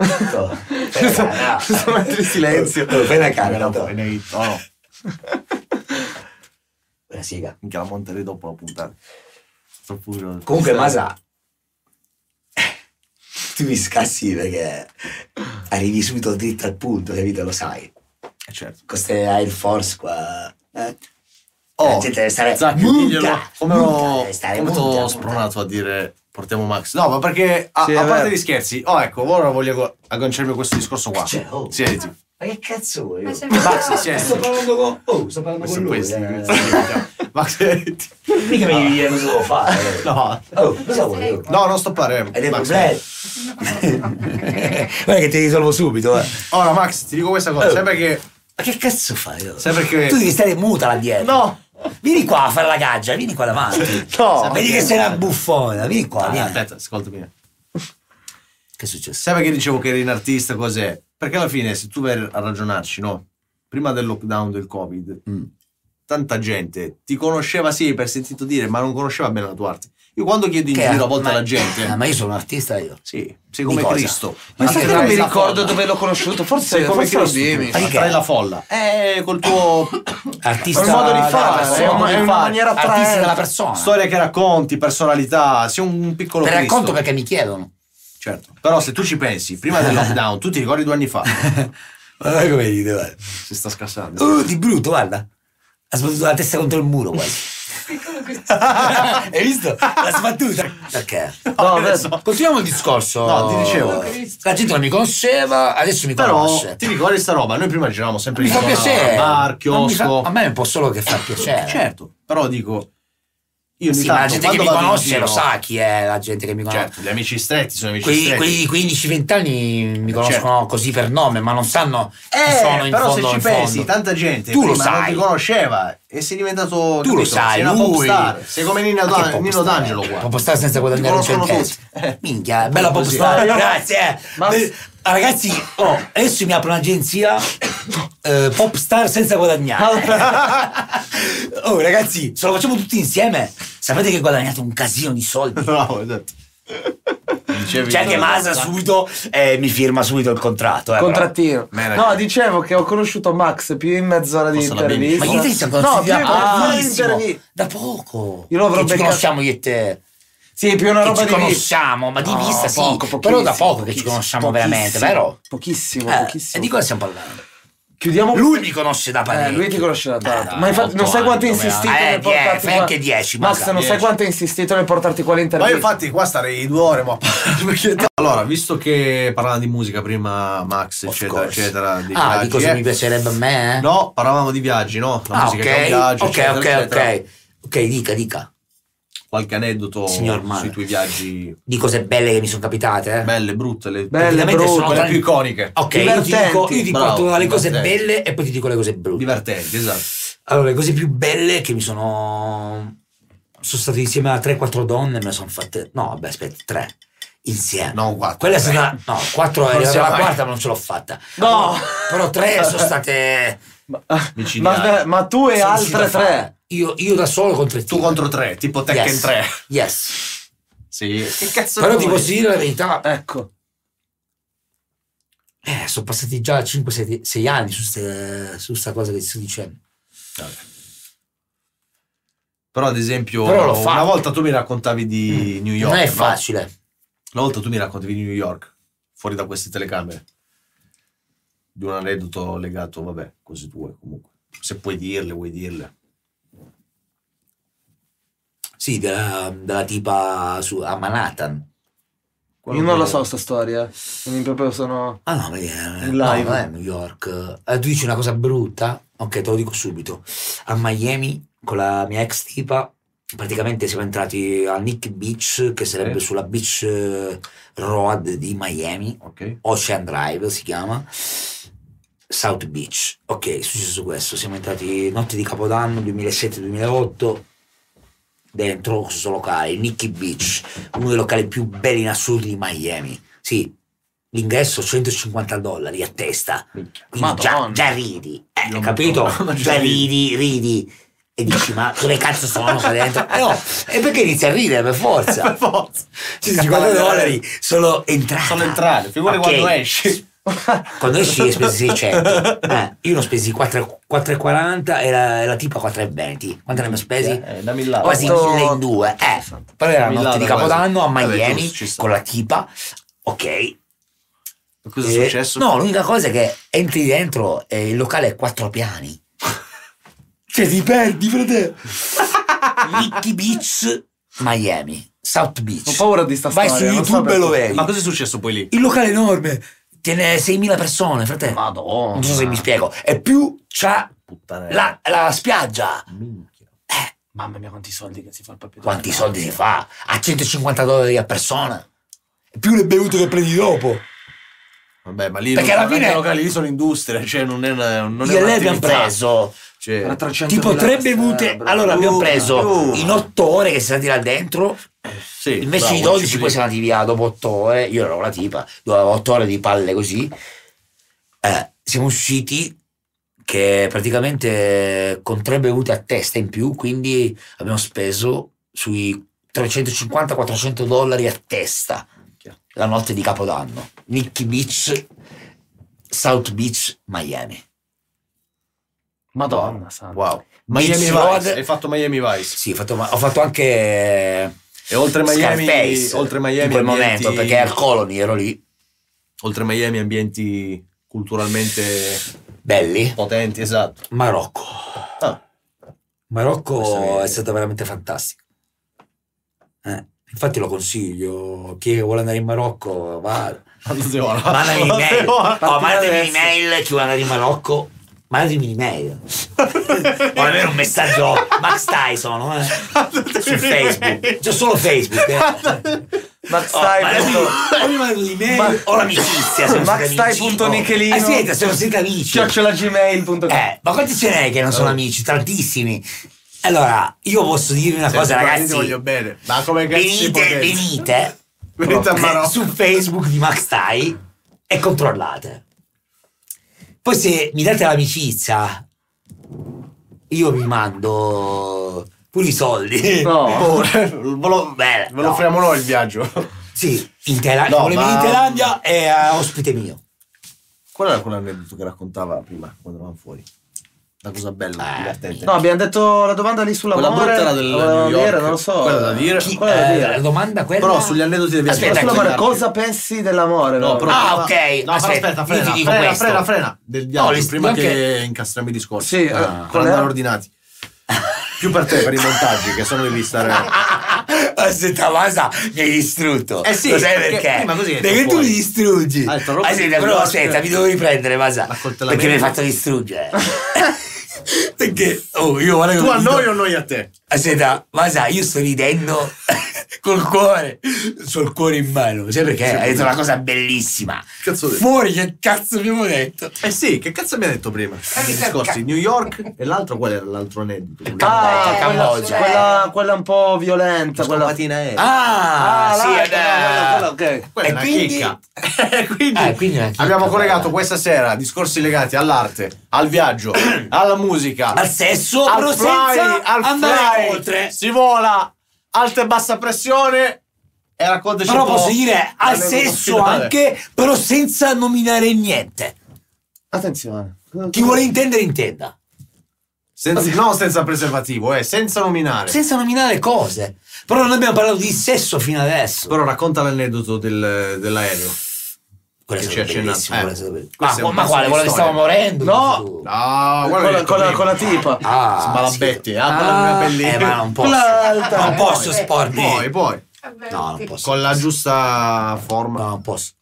A: No, fai la cara.
D: Sono altri silenzio.
A: Oh, Fai la cara,
D: No,
A: no,
D: poi ne- no, no.
A: Una siga.
D: Minchia, la monterei dopo la puntata. Sto pure-
A: Comunque,
D: Sì.
A: Masa, tu mi scassi perché arrivi subito dritto al punto, capito? Lo sai.
D: Eh, certo.
A: Con queste Air Force qua. Eh?
D: Oh,
A: La gente deve stare
D: Zacchi,
A: muta,
D: diglielo. Come eh,
A: muta,
D: ho,
A: deve stare
D: come t'ho
A: muta, muta.
D: spronato a dire portiamo Max? No, ma perché a,
C: Sì, è
D: a parte
C: vero.
D: gli scherzi, oh ecco, ora voglio aggo- agganciarmi a questo discorso qua.
A: Cioè, oh.
D: Siediti.
A: Ma che cazzo vuoi?
B: Ma
A: oh?
B: sembra-
D: Basta, siediti.
A: Sto parlando con. Oh, sto parlando
D: Questo
A: con
D: è
A: lui.
D: questo.
A: eh.
D: Max, siediti.
A: Mica mi devi dire cosa devo fare.
D: No.
A: Oh, cosa vuoi? oh?
D: No, non stoppare.
A: Ed è
D: Max.
A: problema. Guarda che ti risolvo subito, eh.
D: Ora Max, ti dico questa cosa,
A: Oh.
D: sempre che...
A: Ma che cazzo fai? oh?
D: Sempre che...
A: Tu devi stare muta là dietro.
D: No!
A: Vieni qua a fare la gaggia, vieni qua davanti.
D: No!
A: Vedi che sei una buffona, vieni qua,
D: Ah,
A: vieni.
D: aspetta, ascoltami.
A: Che è successo?
D: Sempre che dicevo che eri un artista, cos'è? Perché alla fine, se tu vai a ragionarci, no? Prima del lockdown, del covid,
A: Mm.
D: tanta gente ti conosceva sì per sentito dire, ma non conosceva bene la tua arte. Io quando chiedo in
A: Che
D: giro
A: ha-
D: a volte
A: ma-
D: alla
A: Ah,
D: gente,
A: ma io sono un artista io.
D: sì, sei come
A: Di cosa?
D: Cristo.
C: Ma sai
D: Attrae
C: che non mi
D: la
C: ricordo
D: folla.
C: dove l'ho conosciuto? Forse,
D: Sei come
C: forse lo
D: Cristo,
C: dimmi.
A: Ma di che?
D: attrae la folla. Eh, col tuo
A: Artista
C: È un modo di
A: della
C: fare,
A: persona,
C: è una- è una maniera
A: artista
C: attraente.
A: della persona.
D: storia che racconti, personalità, sei un piccolo
A: Te
D: Cristo.
A: racconto perché mi chiedono.
D: Certo. Però se tu ci pensi, prima del lockdown, tu ti ricordi due anni fa.
A: Guarda come dite, guarda.
D: si sta scassando.
A: Oh, di brutto, guarda. Ha sbattuto la testa contro il muro quasi. Hai visto? L'ha sbattuta. Ok.
C: No,
D: Adesso-
C: adesso-
A: Continuiamo il discorso.
D: No, ti dicevo.
A: La gente non mi conosceva, adesso mi
D: Però
A: conosce.
D: ti ricordi sta roba? Noi prima giravamo sempre
A: Mi fa
D: intorno a
A: piacere.
D: bar,
A: Non mi fa-
D: chiosco.
A: a me è un po' solo che fa piacere.
D: Certo, però dico io ogni
A: Sì, ma la
D: tanto,
A: gente che mi
D: quando vado in
A: conosce
D: giro-
A: lo sa chi è la gente che mi conosce.
D: Certo, gli amici stretti sono amici
A: Quelli,
D: stretti.
A: quelli di 15-20 anni mi conoscono così per nome, ma non sanno chi sono in
D: Certo. Eh, però
A: fondo.
D: se ci
A: in fondo.
D: pensi, tanta gente
A: Tu lo
D: prima non
A: sai.
D: ti conosceva e sei diventato
A: Tu lo
D: capito,
A: sai,
D: sei una
A: lui.
D: popstar, sei come Nino,
A: Ma che
D: Dan- Nino
A: popstar?
D: D'Angelo qua.
A: Popstar senza guadagnare un
D: conoscono
A: centesimo.
D: tutti. Eh.
A: Minchia, bella
D: Così.
A: popstar,
C: Ma-
A: grazie. eh.
C: ma-
A: Beh, Ragazzi, oh, adesso mi apro un'agenzia eh, popstar senza guadagnare. oh, ragazzi, se lo facciamo tutti insieme, sapete che guadagnate un casino di soldi.
D: Bravo, esatto. Dicevi
A: Cioè che Masa subito eh, mi firma subito il contratto. eh, però.
C: Contrattino.
D: Manager.
C: No, dicevo che ho conosciuto Max più in mezz'ora di
D: Forse la bimba.
A: Ma
C: intervista.
A: io e te ci siamo
C: No,
A: conosciuti
C: più in mezz'ora
A: da
C: di
A: pochissimo,
C: intervista.
A: Ah, da poco.
C: Io lo avrò
A: che ci
C: beccato-
A: conosciamo io e te.
C: Sì, più una
A: Che
C: roba
A: ci
C: di vista.
A: conosciamo, ma di
C: No,
A: vista sì.
C: poco,
A: però da
C: pochissimo,
A: poco che ci
C: pochissimo,
A: conosciamo
C: pochissimo,
A: veramente, vero?
C: Pochissimo,
A: Eh, e
C: pochissimo.
A: di cosa stiamo parlando?
C: Chiudiamo.
A: Lui mi conosce da
C: Eh,
A: parecchio.
C: lui ti conosce da tanto.
A: Eh,
C: ma infatti, non
D: otto
C: sai quanto hai
D: anni, nove
C: insistito
A: anni. Eh,
C: nel
A: die-
C: portarti.
A: fai
C: qua-
A: anche dieci,
C: Max,
A: Max,
C: non sai
D: dieci.
C: quanto hai insistito nel portarti qua
D: Ma io
C: all'intervista.
D: infatti qua starei due ore, ma perché- Eh, Allora, visto che parlava di musica prima Max,
A: Of
D: eccetera,
A: course.
D: eccetera, di
A: ah, di
D: viaggi,
A: cosa
D: eh.
A: mi piacerebbe a me? eh?
D: No, parlavamo di viaggi, no? La
A: Ah,
D: musica che è un
A: ok,
D: viaggio,
A: ok,
D: eccetera,
A: ok,
D: eccetera.
A: ok. Ok, dica, dica.
D: Qualche aneddoto
A: Signor Mara.
D: sui tuoi viaggi
A: Di cose belle che mi sono capitate. eh.
D: belle, brutte, le,
C: Belle,
A: Praticamente
C: brutte,
A: sono
D: quelle
A: tra-
D: più iconiche,
A: Ok, io ti,
C: Divertenti.
A: dico, io ti
D: Bravo,
A: porto le cose
D: divertenti.
A: belle e poi ti dico le cose brutte.
D: divertenti, esatto.
A: Allora, le cose più belle che mi sono. Sono stato insieme a 3-4 donne e me ne sono fatte. No, vabbè, aspetta, 3 insieme.
D: No, quattro.
A: Quella è stata. No, 4 era
D: siamo
A: la
D: mai-
A: quarta, ma non ce l'ho fatta.
C: No!
A: Però 3 sono state.
C: Ma,
D: Micidiali.
C: ma- ma tu e
A: sono riuscito
C: altre
A: a fare.
C: tre.
A: Io, io da solo con tre
D: Tu contro tre, tipo Tekken 3.
A: Yes.
D: Sì. Che cazzo
A: Però
D: vuoi?
A: ti posso dire la verità.
C: Ecco.
A: Eh, sono passati già 5-6 anni su ste- su sta cosa che ti sto dicendo.
D: Vabbè. Però ad esempio,
A: Però l'ho
D: una
A: fatto.
D: volta tu mi raccontavi di New York,
A: non è
D: no?
A: facile.
D: Una volta tu mi raccontavi di New York, fuori da queste telecamere, di un aneddoto legato, vabbè, cose tue comunque. Se puoi dirle, vuoi dirle.
A: Sì, della, della tipa su- a Manhattan.
D: Quello
C: Io non
D: che-
C: la so sta storia. Quindi proprio sono.
A: Ah no, perché eh,
C: In
A: no,
C: live.
A: non è New York. Eh, tu dici una cosa brutta? Ok, te lo dico subito. A Miami con la mia ex tipa praticamente siamo entrati a Nick Beach, che sarebbe
D: Sì.
A: sulla Beach eh, Road di Miami,
D: Ok.
A: Ocean Drive si chiama, South Beach. Ok, è successo questo, siamo entrati notte di Capodanno 2007-2008 dentro questo locale, Nicky Beach, uno dei locali più belli in assoluto di Miami. Sì, l'ingresso 150 dollari a testa. Quindi già,
C: Madonna.
A: già ridi, eh,
D: Io
A: capito?
D: Madonna,
A: Già
D: già
A: ridi, ridi. E dici, ma dove cazzo sono qua dentro? Eh no, e perché inizi a ridere per forza?
D: Per forza.
A: 150 dollari sono entrate.
D: eh, Sono entrate, figurati
A: Ok.
D: quando esci.
A: Quando esci hai speso 600. Eh, io ne ho spesi 4 4,40 e la, la tipa 4,20. Quanto ne abbiamo spesi?
D: Eh, dammi là.
A: Quasi
D: guarda.
C: Otto-
A: 1000 in due. Eh, però era la notte di
D: Millada quasi.
A: Capodanno a
D: Vabbè,
A: Miami
D: giusto, ci sta.
A: con la tipa. Ok,
D: Cosa è
A: eh,
D: successo?
A: No, l'unica cosa è che entri dentro e il locale è quattro piani. cioè, ti perdi, fratello. Nicky Beach, Miami, South Beach.
C: Ho paura di sta
A: Vai su
C: storia, non so
A: YouTube e lo
C: perché.
A: vedi.
D: Ma cosa è successo poi lì?
A: Il locale è enorme, tiene 6.000 persone, fratello.
C: Madonna.
A: Non so se mi spiego. E più c'ha
D: Puttana.
A: la, la spiaggia.
D: Minchia.
C: Mamma mia, quanti soldi che si fa il proprietario.
A: Quanti soldi si fa? A 150 dollari a persona. Più le bevute che prendi dopo.
D: Vabbè, ma lì
A: Perché
D: non-
A: alla fine-
D: i locali lì sono industria, cioè non è una non è
A: Io e lei
D: un'attività.
A: abbiamo preso
D: Cioè,
C: Era 300
A: Tipo
C: mila
A: tre
C: questa
A: bevute.
C: bra-
A: Allora abbiamo
D: Uh,
A: preso
D: uh.
A: in otto ore che siamo stati là dentro.
D: sì,
A: Invece
D: bravo,
A: di 12
D: ci
A: poi siamo andati via dopo otto ore. Io ero una tipa, avevo otto ore di palle così. Eh, siamo usciti che praticamente con tre bevute a testa in più, quindi abbiamo speso sui 350-400 dollari a testa
D: Minchia.
A: la notte di Capodanno. Nicky Beach, South Beach, Miami.
C: Madonna santa.
D: Wow. Miami
A: Beach
D: Vice,
A: Road.
D: hai fatto Miami Vice.
A: Sì, ho fatto, ho fatto anche
D: E oltre Miami,
A: Scarface
D: oltre Miami
A: in quel
D: ambienti-
A: momento perché al Colony ero lì,
D: oltre Miami ambienti culturalmente
A: belli.
D: potenti, esatto.
A: Marocco.
D: Ah.
A: Marocco
D: Questa
A: è
D: è-
A: stato veramente fantastico. Eh, infatti lo consiglio, chi vuole andare in Marocco va.
D: Andate ora.
A: Mandami un'email. Oh,
C: Parti
A: mandatemi
C: adesso.
A: un'email chi vuole andare in Marocco. Mandatemi un'email. o almeno un messaggio Max Tyson eh, su Facebook. C'è solo Facebook. Eh.
C: Max
A: Oh,
C: Tyson.
A: ma adesso- o mi mandi l'email
C: Ma-
A: o l'amicizia. se non
C: Max
A: siete
C: Thai
A: amici.
C: punto
A: Oh,
C: Nichelino.
A: Ah, siete, se non siete amici.
C: chiocciolagmail.com.
A: Eh, ma quanti ce n'è che non sono amici? Tantissimi. Allora, io posso dirvi una
D: Sì,
A: cosa,
D: sì,
A: ragazzi.
D: ti voglio bene. Ma come cazzo si può
A: Venite,
D: dire?
A: venite
D: Venite a Marocco.
A: su Facebook di Max Tai e controllate. Poi se mi date l'amicizia, io vi mando pure i soldi.
C: No.
D: Oh, ve lo,
A: Bene,
D: ve lo
A: no.
D: offriamo noi il viaggio.
A: Sì, in Thailandia,
D: No,
A: volevo
D: ma-
A: in Thailandia è eh, ospite mio.
D: Qual era quell'aneddoto che raccontava prima quando eravamo fuori? La cosa bella,
A: Ah,
D: divertente.
C: No, abbiamo detto la domanda lì
D: Quella
C: sull'amore.
D: brutta era del
C: Volevamo
D: New York.
C: dire, non lo so.
D: Quella da dire.
A: Chi-
C: Quella da
A: eh,
C: dire.
A: la domanda quella...
D: Però sugli aneddoti devi
A: Eh, Aspetta,
C: Ma
A: aspetta,
C: sull'amore,
D: ascoltarti.
C: cosa pensi dell'amore?
D: No, però
A: Ah,
D: prima-
A: ok,
D: No,
A: aspetta,
D: però aspetta,
A: io
D: frena,
A: ti dico
D: frena,
A: questo.
D: frena, frena. Del viaggio,
A: No, li-
D: prima
A: anche-
D: che incastriamo i discorsi.
C: Sì, eh,
D: Ah,
C: qual
D: andare
C: era?
D: ordinati. Più per te, per i montaggi, che sono devi stare...
A: Aspetta, Masa mi hai distrutto.
D: Eh sì,
A: Lo sai
D: perché
A: perché?
D: prima così hai detto
A: perché tu mi
D: fuori.
A: distruggi. Ah,
D: Ha detto, roba di
A: aspetta,
D: New
A: però
D: York.
A: aspetta, mi devo riprendere, Masa.
D: Accoltellamento.
A: Perché mi hai fatto distruggere. perché oh, io guarda che
D: Tu a
A: rido.
D: noi o noi a te?
A: Aspetta, Masa, io sto ridendo col cuore. So il cuore in mano. Sai perché?
D: Sì,
A: hai detto
D: sì.
A: una cosa bellissima.
D: Cazzo ho detto?
A: Fuori, che cazzo abbiamo detto?
D: Eh sì, che cazzo abbiamo detto prima? I
A: sa-
D: discorsi, New York e l'altro qual era l'altro aneddoto?
C: Ah,
A: Dai,
C: quella,
A: Cioè, Cambogia.
C: quella, quella un po' violenta.
D: quella
C: Quella...
D: patina è.
A: Ah, sì,
D: ecco,
C: là,
A: eh,
C: quella, quella, quella, ok.
D: quella è
A: e
D: una
A: quindi-
D: chicca. eh, E quindi,
A: Eh, quindi è una chicca,
D: abbiamo collegato
A: bella.
D: questa sera discorsi legati all'arte, al viaggio, alla musica,
A: Al sesso,
D: al
A: però senza andare oltre.
D: Si vola, alta e bassa pressione e raccontaci
A: Però
D: un po'.
A: posso dire al
D: l'aneddoto
A: sesso
D: finale.
A: anche, però senza nominare niente.
C: Attenzione.
A: Chi vuole intendere intenda.
D: Senza, no, senza preservativo, eh, senza nominare.
A: Senza nominare cose. Però non abbiamo parlato di sesso fino adesso.
D: Però racconta l'aneddoto del- dell'aereo.
A: Quello è
D: che
A: stato
D: ci ha accennato,
A: bellissimo,
D: eh.
A: quello è stato bellissimo.
D: Questo è
A: Ma,
D: un
A: ma
D: pezzo
A: quale?
D: di
A: Quello che stavo
D: storia.
A: morendo?
C: No.
A: Tu?
D: Ah,
C: Con la,
D: guarda
C: con la- con la tipa.
A: Ah,
D: Sbalabetti, ah,
A: Ah,
D: con la mia pellina.
A: eh, ma non posso.
C: L'altra.
A: Non
D: Eh,
A: posso
D: poi,
A: spormi.
D: Poi, poi,
A: No, non posso.
D: con la giusta forma.
A: No, non posso.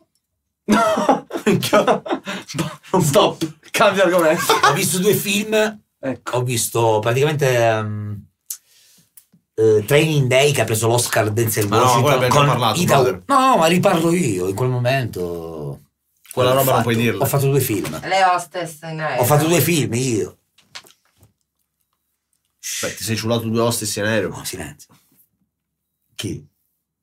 C: Stop. Cambia argomento.
A: Ho visto due film
C: Ecco.
A: ho visto praticamente ehm, eh, Training Day che ha preso l'Oscar Denzel
B: Ma Ah, no,
A: Washington
B: quello abbiamo già
A: con
B: parlato,
A: Ita-
B: brother.
A: no, no, ma riparlo io in quel momento.
B: Quella
A: Ho
B: roba non
A: fatto-
B: puoi dirla.
A: Ho fatto due film.
E: Le hostess eh, in aereo.
A: Ho fatto due film io.
B: Beh, ti sei ciulato due hostess in aereo.
A: No, Oh, silenzio. Chi?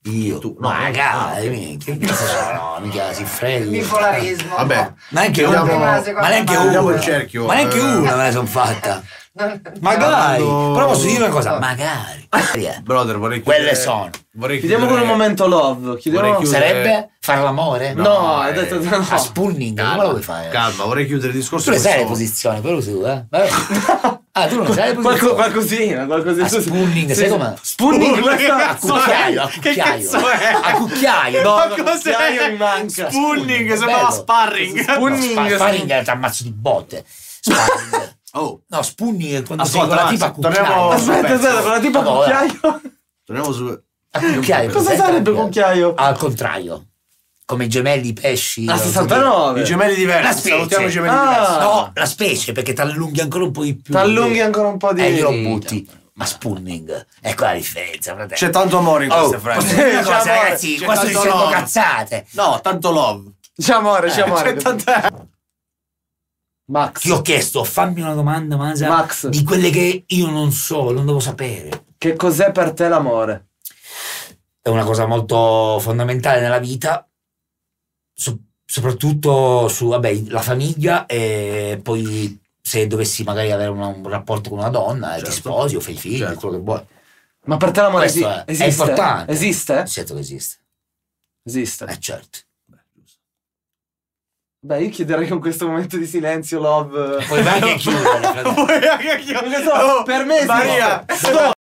A: Io.
B: Tu.
A: No,
B: No,
A: ma
B: no. Ah,
A: cara, eh, minchia, che cazzo sono? No, minchia, si
E: Il
A: fredda.
E: bipolarismo.
B: Vabbè.
A: Neanche
B: Chiudiamo-
A: una.
E: la seconda
A: Ma neanche
E: parte.
A: una.
B: Chiudiamo il cerchio.
A: Ma neanche
B: Eh.
A: una me la sono fatta.
E: Non-
A: Magari.
B: Parlando-
A: Però posso dire una cosa. Magari. Magari.
D: Brother, vorrei chiudere.
A: Quelle sono.
D: Vorrei
C: Chiudiamo con
D: chiudere-
A: eh,
C: un momento love. Chiudiamo.
D: Vorrei
A: Sarebbe far l'amore?
C: No, ha detto no.
A: eh, A spooning, come lo vuoi fare?
D: Calma, vorrei chiudere il discorso.
A: Tu le
D: con
A: sai le
D: questo-
A: posizioni, però tu, eh? Vabbè. Ah, tu non le sai le posizioni?
C: Qualco- qualcosina, qualcosina.
A: A spooning,
C: Sì,
A: sai
C: sì.
A: com'è? eh.
C: Spooning,
A: A Ah, cucchiaio, a cucchiaio. A cucchiaio.
C: No,
D: Ma
C: no,
D: cos'è?
C: cucchiaio mi manca.
D: Spooning,
A: Bello.
D: sembrava sparring.
C: Spooning.
A: Spa- Sparring ti ammazzo di botte. Sparring.
D: Oh,
A: No, spooning è quando
D: Ascolta,
A: sei con la
D: avanza,
A: tipa a cucchiaio.
D: torniamo-
C: Aspetta, aspetta, con la tipa
A: No,
C: cucchiaio.
D: torniamo su.
A: A cucchiaio.
C: Cosa
A: presenta?
C: sarebbe cucchiaio?
A: Al contrario. Come i gemelli, i pesci.
C: A
A: non so che-
C: 69.
D: I gemelli
A: La
D: diversi.
A: specie.
D: Salutiamo i gemelli
C: Ah.
D: diversi.
A: No, la specie, perché t'allunghi ancora un po' di Eh, più.
C: T'allunghi ancora un po' di...
A: E glielo butti. Ma spooning. Ecco la differenza, fratello.
D: Cioè, C'è tanto amore in questa
A: Oh,
D: frase.
A: posso dire una cosa,
D: C'è amore,
A: ragazzi?
D: Diciamo c'è
A: Qua sto
D: tanto
A: dicendo
D: love.
A: cazzate.
D: No, tanto love. Eh,
C: C'è
A: Eh,
C: amore, c'è amore.
D: C'è tanto
C: Max,
A: Ti ho chiesto, fammi una domanda, Masa,
C: Max,
A: di quelle che io non so, non devo sapere.
C: che cos'è per te l'amore?
A: È una cosa molto fondamentale nella vita, so- soprattutto su, vabbè, la famiglia e poi se dovessi magari avere una- un rapporto con una donna, eh, ti
D: Certo.
A: sposi o fai figli,
D: Certo.
A: quello che vuoi.
C: Ma per te l'amore
A: Questo
C: esi-
A: è- è
C: esiste?
A: importante.
D: Eh.
C: Esiste?
A: Certo che esiste,
C: Esiste.
A: eh certo.
C: Beh, io chiuderei con questo momento di silenzio, love.
A: Puoi anche chiudere, fratello.
D: Oh.
C: Non lo so, per me esiste.
D: Maria,